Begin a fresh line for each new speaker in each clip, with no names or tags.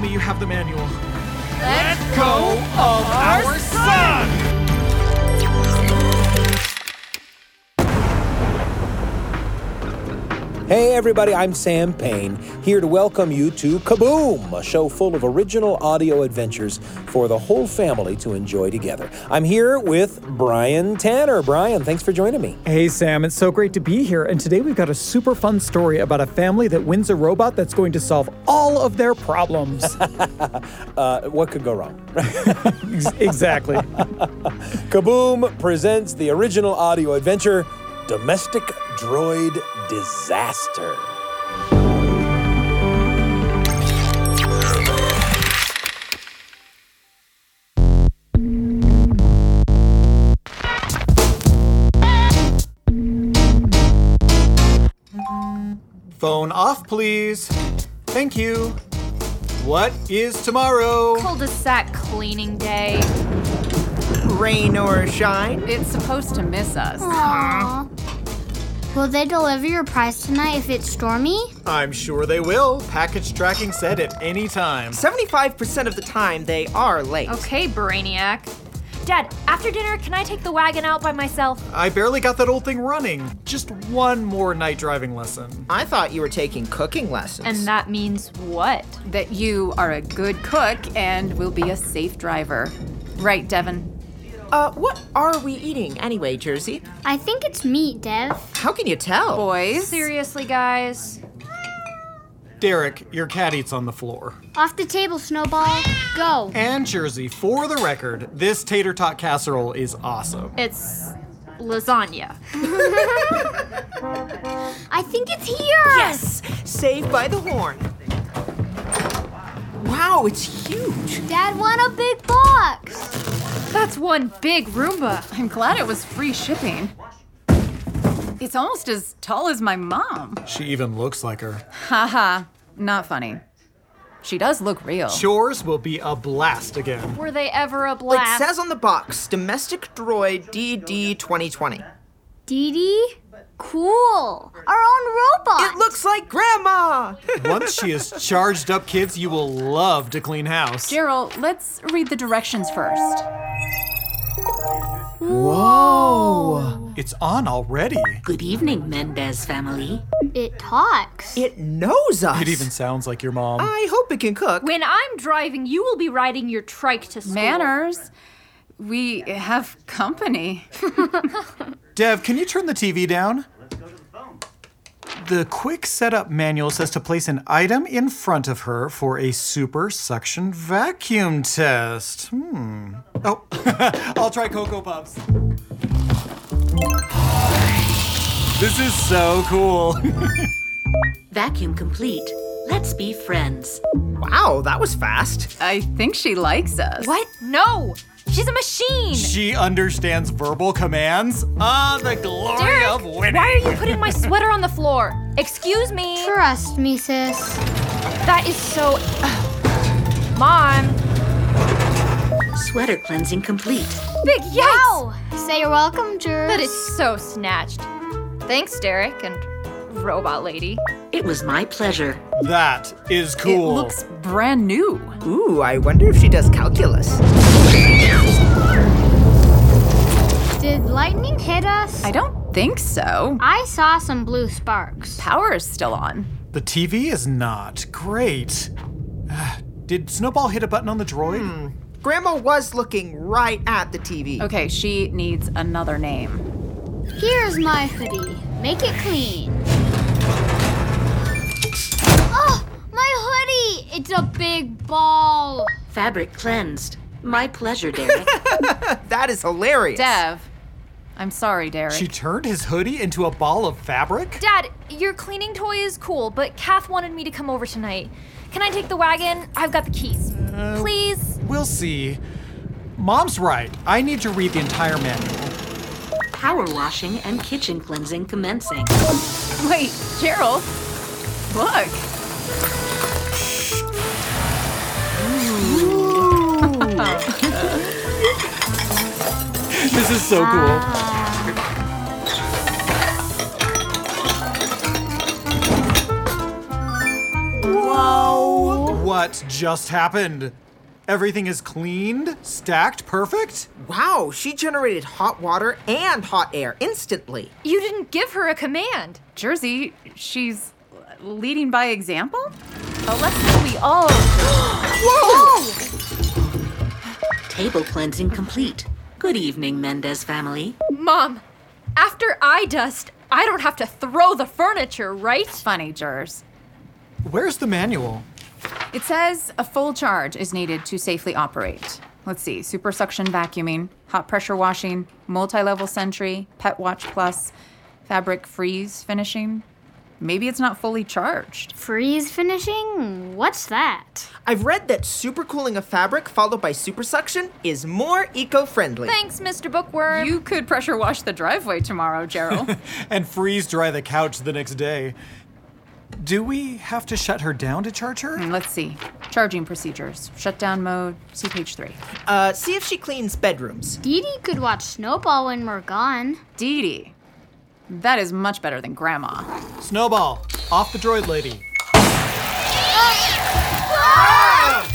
me you have the manual.
Let's
go of our son!
Hey, everybody, I'm Sam Payne, here to welcome you to Kaboom, a show full of original audio adventures for the whole family to enjoy together. I'm here with Brian Tanner. Brian, thanks for joining me.
Hey, Sam, it's so great to be here. And today we've got a super fun story about a family that wins a robot that's going to solve all of their problems.
Uh, what could go wrong?
Ex- exactly.
Kaboom presents the original audio adventure Domestic Droid Disaster.
Phone off, please. Thank you. What is tomorrow?
cul-de-sac cleaning day.
Rain or shine?
It's supposed to miss us.
Will they deliver your prize tonight if it's stormy?
I'm sure they will. Package tracking said at any time.
75% of the time, they are late.
Okay, Brainiac.
Dad, after dinner, can I take the wagon out by myself?
I barely got that old thing running. Just one more night driving lesson.
I thought you were taking cooking lessons.
And that means what?
That you are a good cook and will be a safe driver. Right, Devin?
uh, what are we eating anyway, Jersey?
I think it's meat, Dev.
How can you tell?
Boys?
Seriously, guys?
Derek, your cat eats on the floor.
Off the table, Snowball. Go.
And Jersey, for the record, this tater tot casserole is awesome.
It's lasagna.
I think it's here.
Yes! Saved by the horn. Wow, it's huge.
Dad won a big box.
That's one big Roomba.
I'm glad it was free shipping. It's almost as tall as my mom.
She even looks like her.
Haha, not funny. She does look real.
Chores will be a blast again.
Were they ever a
It
blast?
says on the box Domestic Droid DD 2020.
Dee Dee? Cool. Our own robot.
It looks like Grandma!
Once she is charged up, kids, you will love to clean house.
Gerald, let's read the directions first.
It's on already.
Good evening, Mendez family.
It talks.
it knows us.
It even sounds like your mom.
I hope it can cook.
when I'm driving, you will be riding your trike to school.
Manners. We have company.
Dev, can you turn the TV down? The quick setup manual says to place an item in front of her for a super suction vacuum test. Hmm. Oh, I'll try Cocoa Puffs. This is so cool.
Vacuum complete. Let's be friends.
Wow, that was fast.
I think she likes us.
What? No! She's a machine!
she understands verbal commands. Ah, the glory
Derek,
of winning.
why are you putting my sweater on the floor? Excuse me.
Trust me, sis.
That is so. Mom.
Sweater cleansing complete.
Big yikes!
Wow. Say you're welcome, Jers.
That is so snatched. Thanks, Derek and Robot Lady.
It was my pleasure.
That is
It
cool.
looks brand new.
Ooh, I wonder if she does calculus.
Did lightning hit us?
I don't think so.
I saw some blue sparks.
Power is still on.
The TV is not great. Ah, Did Snowball hit a button on the droid?
Hmm.
Grandma was looking right at the TV.
Okay, she needs another name.
Here's my hoodie. Make it clean. Oh, my hoodie! It's a big ball.
Fabric cleansed. My pleasure, Derek.
That is hilarious.
Dev. I'm sorry, Derek.
She turned his hoodie into a ball of fabric?
Dad, your cleaning toy is cool, but Kath wanted me to come over tonight. Can I take the wagon? I've got the keys. Please?
We'll see. Mom's right. I need to read the entire manual.
Power washing and kitchen cleansing commencing.
Wait, Gerald. Look.
This is so cool.
Oh.
Wow. What just happened? Everything is cleaned, stacked, perfect?
Wow, she generated hot water and hot air instantly.
You didn't give her a command.
Jersey, she's leading by example?
Oh, let's see. Oh,
Table cleansing complete. Good evening, Mendez family.
mom. After I dust, I don't have to throw the furniture, right?
Funny, Jers.
Where's the manual?
It says a full charge is needed to safely operate. Let's see super suction vacuuming, hot pressure washing, multi level sentry, pet watch plus, fabric freeze finishing. Maybe it's not fully charged.
Freeze finishing? What's that?
I've read that supercooling a fabric followed by super suction is more eco friendly.
Thanks, Mr. Bookworm.
You could pressure wash the driveway tomorrow, Gerald.
And freeze dry the couch the next day. Do we have to shut her down to charge her?
Let's see. Charging procedures. Shutdown mode. See page three.
Uh, see if she cleans bedrooms.
Dee Dee could watch Snowball when we're gone.
Dee Dee. That is much better than Grandma.
Snowball, off the droid lady.
Ah!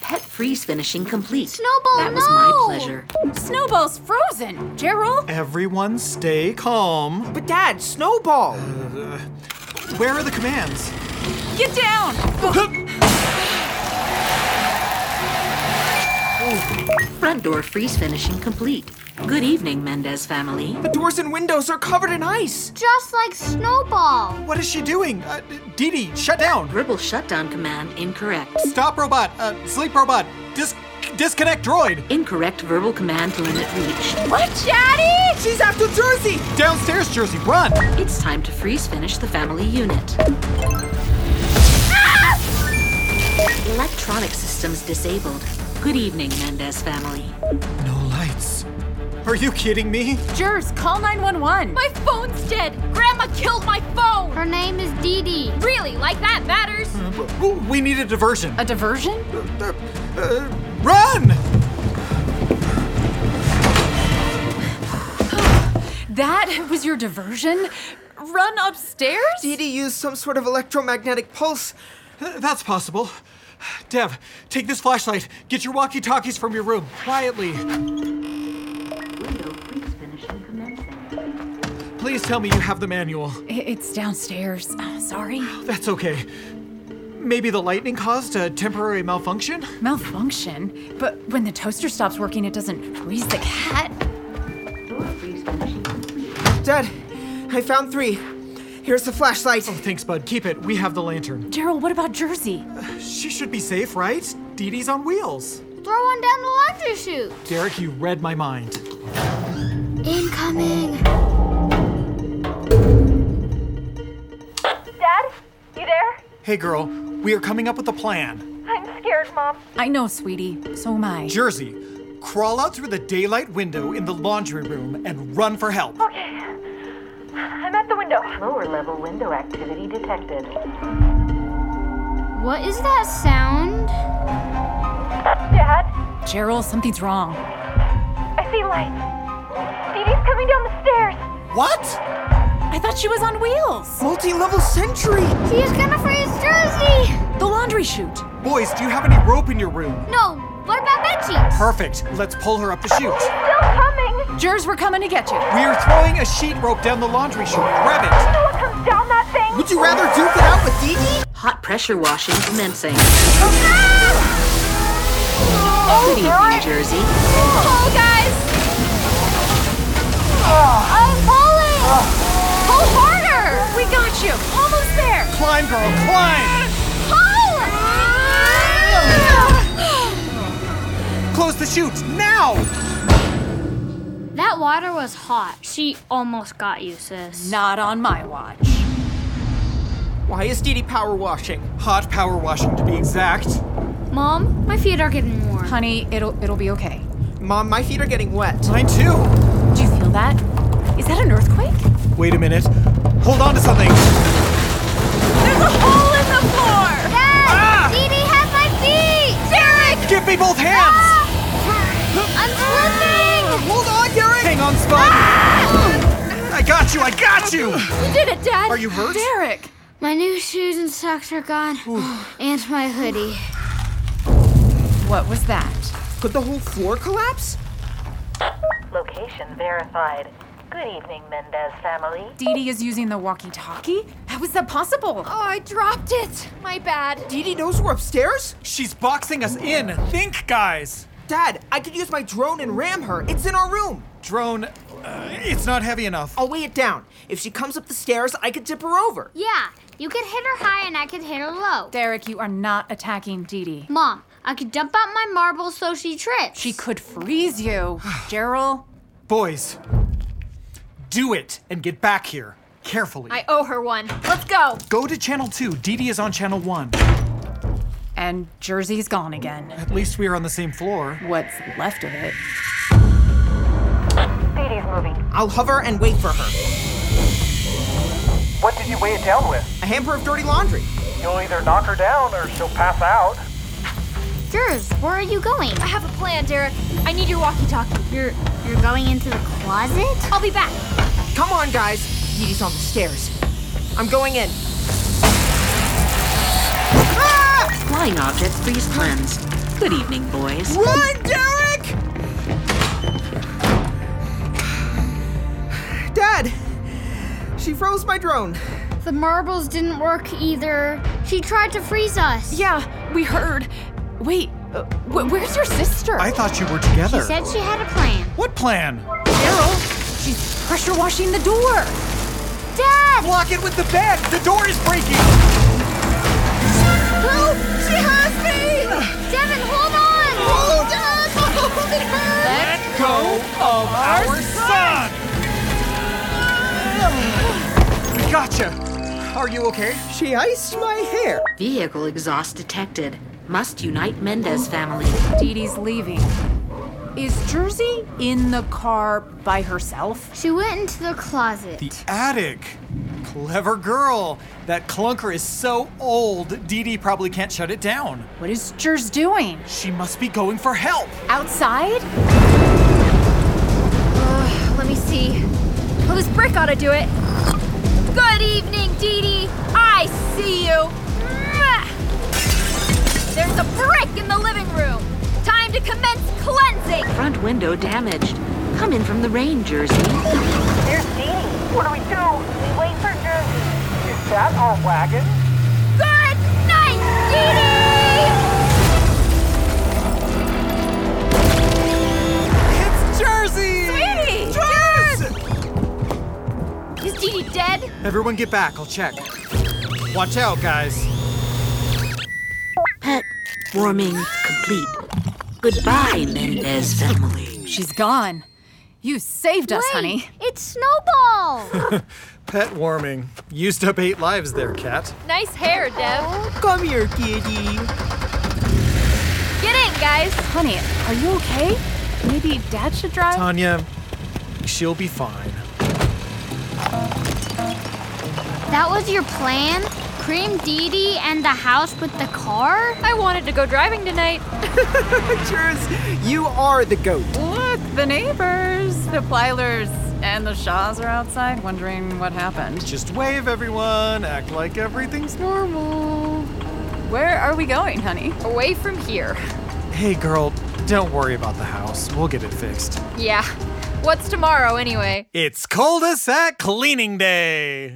Pet freeze finishing complete.
Snowball,
That was my
no!
pleasure.
Snowball's frozen. Gerald.
Everyone stay calm.
But Dad, Snowball!
Where are the commands?
Get down!
Front door freeze finishing complete. Good evening, Mendez family.
The doors and windows are covered in ice!
Just like Snowball.
What is she doing? Uh, Dee Dee, shut down.
Ripple shutdown command incorrect.
Stop robot. Uh, sleep robot. Dis- disconnect droid.
Incorrect verbal command limit reached.
What, Daddy?
She's after Jersey!
Downstairs, Jersey, run.
It's time to freeze finish the family unit. Electronic systems disabled. Good evening, Mendez family.
No lights. Are you kidding me?
Jers, call 911.
My phone's dead. Grandma killed my phone.
Her name is Dee Dee.
Really? Like that matters?
Ooh, We need a diversion.
Hmm.
Uh,
A diversion?
Run! Uh,
That was your diversion? Run upstairs?
Dee Dee used some sort of electromagnetic pulse.
Uh, That's possible. Dev, take this flashlight. Get your walkie-talkies from your room quietly.
Window freeze finishing commencing.
Please tell me you have the manual.
I- It's downstairs. Oh, sorry.
That's okay. Maybe the lightning caused a temporary malfunction?
Malfunction. But when the toaster stops working, it doesn't freeze the cat.
Door freeze finishing complete.
Dad, I found three. Here's the flashlight.
Thanks, bud. Keep it. We have the lantern.
Gerald, what about Jersey?
She should be safe, right? Dee Dee's on wheels.
Throw one down the laundry chute.
Derek, you read my mind.
Incoming.
Dad? You there?
Hey, girl, we are coming up with a plan.
I'm scared, Mom.
I know, sweetie. So am I.
Jersey, crawl out through the daylight window in the laundry room and run for help.
Okay. I'm at the window.
Lower level window activity detected.
What is that sound?
Dad,
Gerald, something's wrong.
I see lights. Dee Dee's coming down the stairs.
What?
I thought she was on wheels.
Multi level sentry!
She's gonna freeze Jersey.
The laundry chute.
Boys, do you have any rope in your room?
No. What about bed sheets?
Perfect. Let's pull her up the chute.
Still coming.
Jers, we're coming to get you.
We are throwing a sheet rope down the laundry chute. Grab it.
No one comes down that thing.
Would you rather duke it out with Dee Dee?
Hot pressure washing commencing.
Ah!
Good
Oh,
evening, Jersey.
Oh, guys. Ah!
I'm falling.
Go harder. Ah! We got you. Almost there.
Climb, girl, climb. Close the chute now.
That water was hot. She almost got you, sis.
Not on my watch.
Why is Dee Dee power washing?
Hot power washing, to be exact.
Mom, my feet are getting warm.
Honey, it'll it'll be okay.
Mom, my feet are getting wet.
Mine too.
Do you feel that? Is that an earthquake?
Wait a minute. Hold on to something.
There's a hole in the floor.
Dad,
Ah!
Dee Dee has my feet. Derek,
Give me both hands.
I'm slipping.
Hold on, Derek. Hang on, Spud. I got you. I got you.
You did it, Dad.
Are you hurt?
Ah! Derek!
My new shoes and socks are gone, and my hoodie.
What was that?
Could the whole floor collapse?
Location verified. Good evening, Mendez family.
Dee Dee is using the walkie talkie? How is that possible?
Oh, I dropped it. My bad.
Dee Dee knows we're upstairs?
She's boxing us in. Think, guys.
Dad, I could use my drone and ram her. It's in our room.
Drone, uh, it's not heavy enough.
I'll weigh it down. If she comes up the stairs, I could tip her over.
Yeah, you could hit her high, and I could hit her low.
Derek, you are not attacking Dee Dee.
Mom, I could dump out my marbles so she trips.
She could freeze you. Gerald,
Boys, do it and get back here. Carefully.
I owe her one. Let's go.
Go to channel two. Dee Dee is on channel one.
and Jersey's gone again.
At least we are on the same floor.
What's left of it?
Dee Dee's moving.
I'll hover and wait for her.
What did you weigh it down with?
A hamper of dirty laundry.
You'll either knock her down or she'll pass out.
Jers, where are you going?
I have a plan, Derek. I need your walkie-talkie.
You're you're going into the closet?
I'll be back.
Come on, guys. Dee Dee's on the stairs. I'm going in. Ah!
Flying object, please cleanse. Good evening, boys.
Run, Derek! Dad! She froze my drone.
The marbles didn't work either. She tried to freeze us.
Yeah, we heard. Wait, uh, wh- where's your sister?
I thought you were together.
She said she had a plan.
what plan?
Gerald, she's pressure washing the door.
Dad!
Block it with the bed. The door is breaking.
Help! She has me!
Devin, hold on!
Hold on! Hold her!
Let go of our son. We gotcha. Are you okay?
She iced my hair.
Vehicle exhaust detected. Must unite Mendez family.
Dee Dee's leaving. Is Jersey in the car by herself?
She went into the closet.
The attic. Clever girl. That clunker is so old, Dee Dee probably can't shut it down.
What is Jers doing?
She must be going for help.
Outside?
Let me see. Well, this brick ought to do it. Good evening, Dee Dee. I see you. Mwah! There's a brick in the living room. Time to commence cleansing.
Front window damaged. Come in from the rain, Jersey.
There's Dee Dee. What do we do? We wait for Jersey.
Is that our wagon?
Good night, Dee Dee.
It's Jersey!
Is Dee Dee dead?
Everyone get back. I'll check. Watch out, guys.
Pet warming complete. Goodbye, Mendez family.
She's gone. You saved us, honey.
It's Snowball!
Pet warming. Used up eight lives there, cat.
Nice hair, Dev.
Come here, kitty.
Get in, guys.
Honey, are you okay? Maybe Dad should drive?
Tanya, she'll be fine.
that was your plan? Cream Dee Dee and the house with the car?
I wanted to go driving tonight.
Cheers. You are the goat.
Look, the neighbors, the Plylers, and the Shaws are outside wondering what happened.
Just wave, everyone. Act like everything's normal.
Where are we going, honey?
Away from here.
Hey, girl, don't worry about the house. We'll get it fixed.
Yeah. What's tomorrow, anyway?
It's cul-de-sac cleaning day.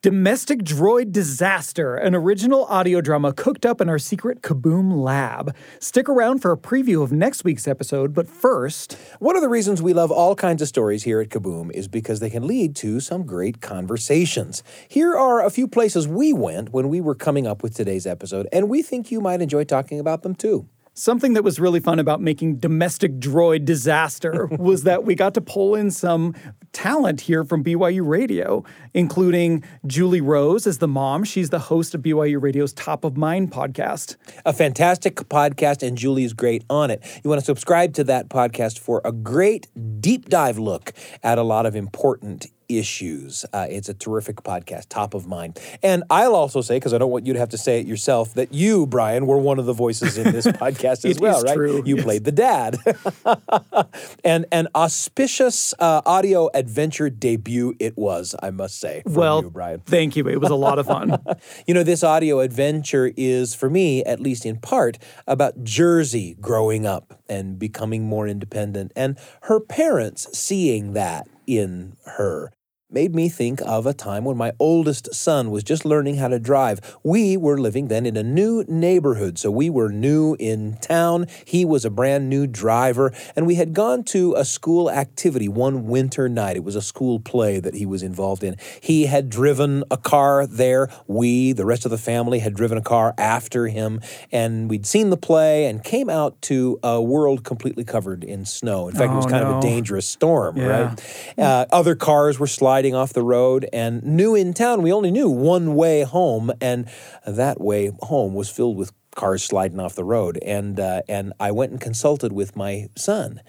Domestic Droid Disaster, an original audio drama cooked up in our secret Kaboom lab. Stick around for a preview of next week's episode, but first,
One of the reasons we love all kinds of stories here at Kaboom is because they can lead to some great conversations. Here are a few places we went when we were coming up with today's episode, and we think you might enjoy talking about them too.
Something that was really fun about making domestic droid disaster was that we got to pull in some talent here from BYU Radio, including Julie Rose as the mom. She's the host of BYU Radio's Top of Mind podcast.
A fantastic podcast, and Julie's great on it. You want to subscribe to that podcast for a great deep dive look at a lot of important issues. Uh, it's a terrific podcast, top of mind. And I'll also say, because I don't want you to have to say it yourself, that you, Brian, were one of the voices in this podcast as
It
well,
is
right?
true,
You
yes.
played the dad. and an auspicious uh, audio adventure debut it was, I must say. from
well,
you, Brian.
thank you. It was a lot of fun.
you know, this audio adventure is, for me, at least in part, about Jersey growing up and becoming more independent and her parents seeing that in her. Made me think of a time when my oldest son was just learning how to drive. We were living then in a new neighborhood, so we were new in town. He was a brand new driver, and we had gone to a school activity one winter night. It was a school play that he was involved in. He had driven a car there. We, the rest of the family, had driven a car after him, and we'd seen the play and came out to a world completely covered in snow. In fact, it was
Oh,
kind of
no.
a dangerous storm,
Yeah.
right? Uh, other cars were sliding off the road, and new in town, we only knew one way home, and that way home was filled with cars sliding off the road. And uh, and I went and consulted with my son.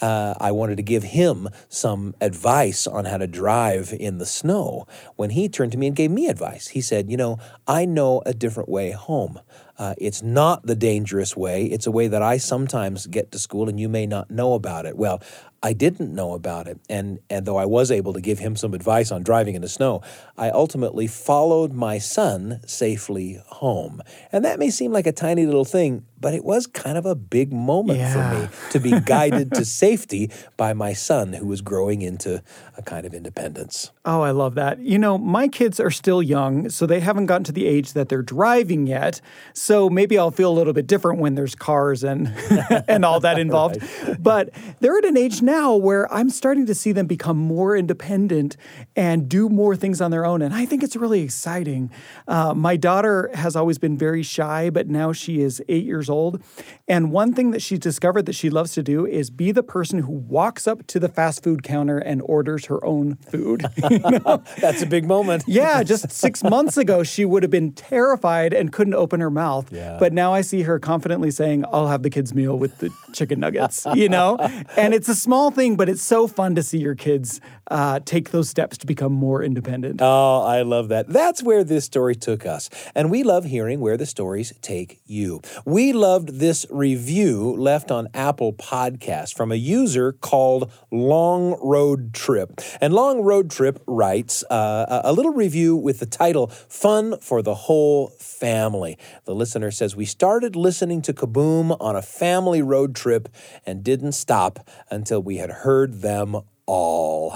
Uh, I wanted to give him some advice on how to drive in the snow. When he turned to me and gave me advice, he said, "You know, I know a different way home." Uh, it's not the dangerous way. It's a way that I sometimes get to school and you may not know about it. Well, I didn't know about it. And, and though I was able to give him some advice on driving in the snow, I ultimately followed my son safely home. And that may seem like a tiny little thing, but it was kind of a big moment for me to be guided to safety by my son who was growing into a kind of independence.
Oh, I love that. You know, my kids are still young, so they haven't gotten to the age that they're driving yet. So maybe I'll feel a little bit different when there's cars and and all that involved. But they're at an age now where I'm starting to see them become more independent and do more things on their own, and I think it's really exciting. Uh, my daughter has always been very shy, but now she is eight years old, and one thing that she's discovered that she loves to do is be the person who walks up to the fast food counter and orders her own food.
That's a big moment.
Yeah, just six months ago, she would have been terrified and couldn't open her mouth. But now I see her confidently saying, I'll have the kids' meal with the chicken nuggets, you know? And it's a small thing, but it's so fun to see your kids uh, take those steps to become more independent.
Oh, I love that. That's where this story took us. And we love hearing where the stories take you. We loved this review left on Apple Podcasts from a user called Long Road Trip. And Long Road Trip writes uh, a a little review with the title Fun for the Whole Family. The listener says, We started listening to Kaboom on a family road trip and didn't stop until we had heard them all.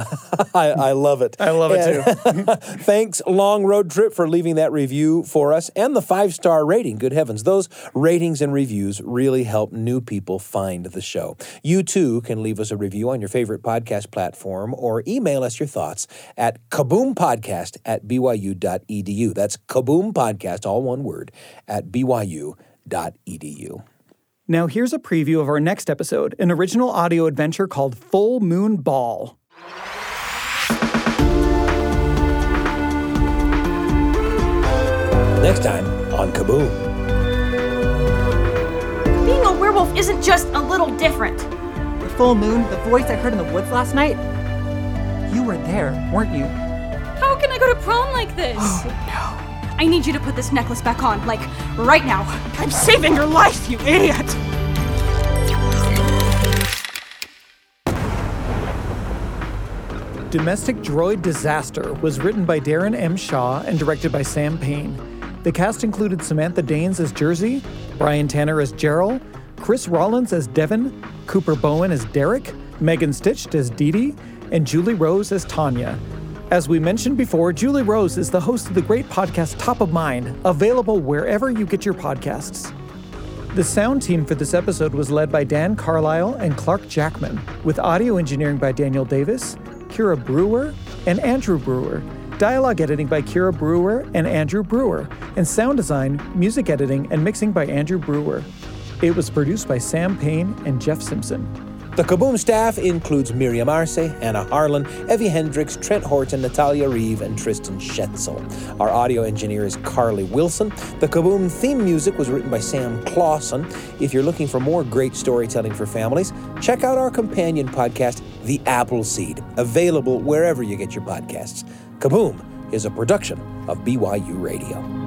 I, I love it. I
love it too.
Thanks, Long Road Trip, for leaving that review for us and the five star rating. Good heavens, those ratings and reviews really help new people find the show. You too can leave us a review on your favorite podcast platform or email us your thoughts at kaboompodcast at byu.edu. E That's kaboompodcast, all one word, at E byu.edu.
Now, here's a preview of our next episode an original audio adventure called Full Moon Ball.
Next time on Kaboom.
Being a werewolf isn't just a little different.
The full moon, the voice I heard in the woods last night. You were there, weren't you?
How can I go to prom like this?
Oh,
no. I need you to put this necklace back on, like, right now. I'm saving your life, you idiot!
Domestic Droid Disaster was written by Darren M. Shaw and directed by Sam Payne. The cast included Samantha Danes as Jersey, Brian Tanner as Gerald, Chris Rollins as Devin, Cooper Bowen as Derek, Megan Stitched as Dee Dee, and Julie Rose as Tanya. As we mentioned before, Julie Rose is the host of the great podcast Top of Mind, available wherever you get your podcasts. The sound team for this episode was led by Dan Carlisle and Clark Jackman, with audio engineering by Daniel Davis, Kira Brewer, and Andrew Brewer. Dialogue editing by Kira Brewer and Andrew Brewer, and sound design, music editing, and mixing by Andrew Brewer. It was produced by Sam Payne and Jeff Simpson.
The Kaboom staff includes Miriam Arce, Anna Harlan, Evie Hendricks, Trent Horton, Natalia Reeve, and Tristan Schetzel. Our audio engineer is Carly Wilson. The Kaboom theme music was written by Sam Clausen. If you're looking for more great storytelling for families, check out our companion podcast, The Appleseed, available wherever you get your podcasts. Kaboom is a production of BYU Radio.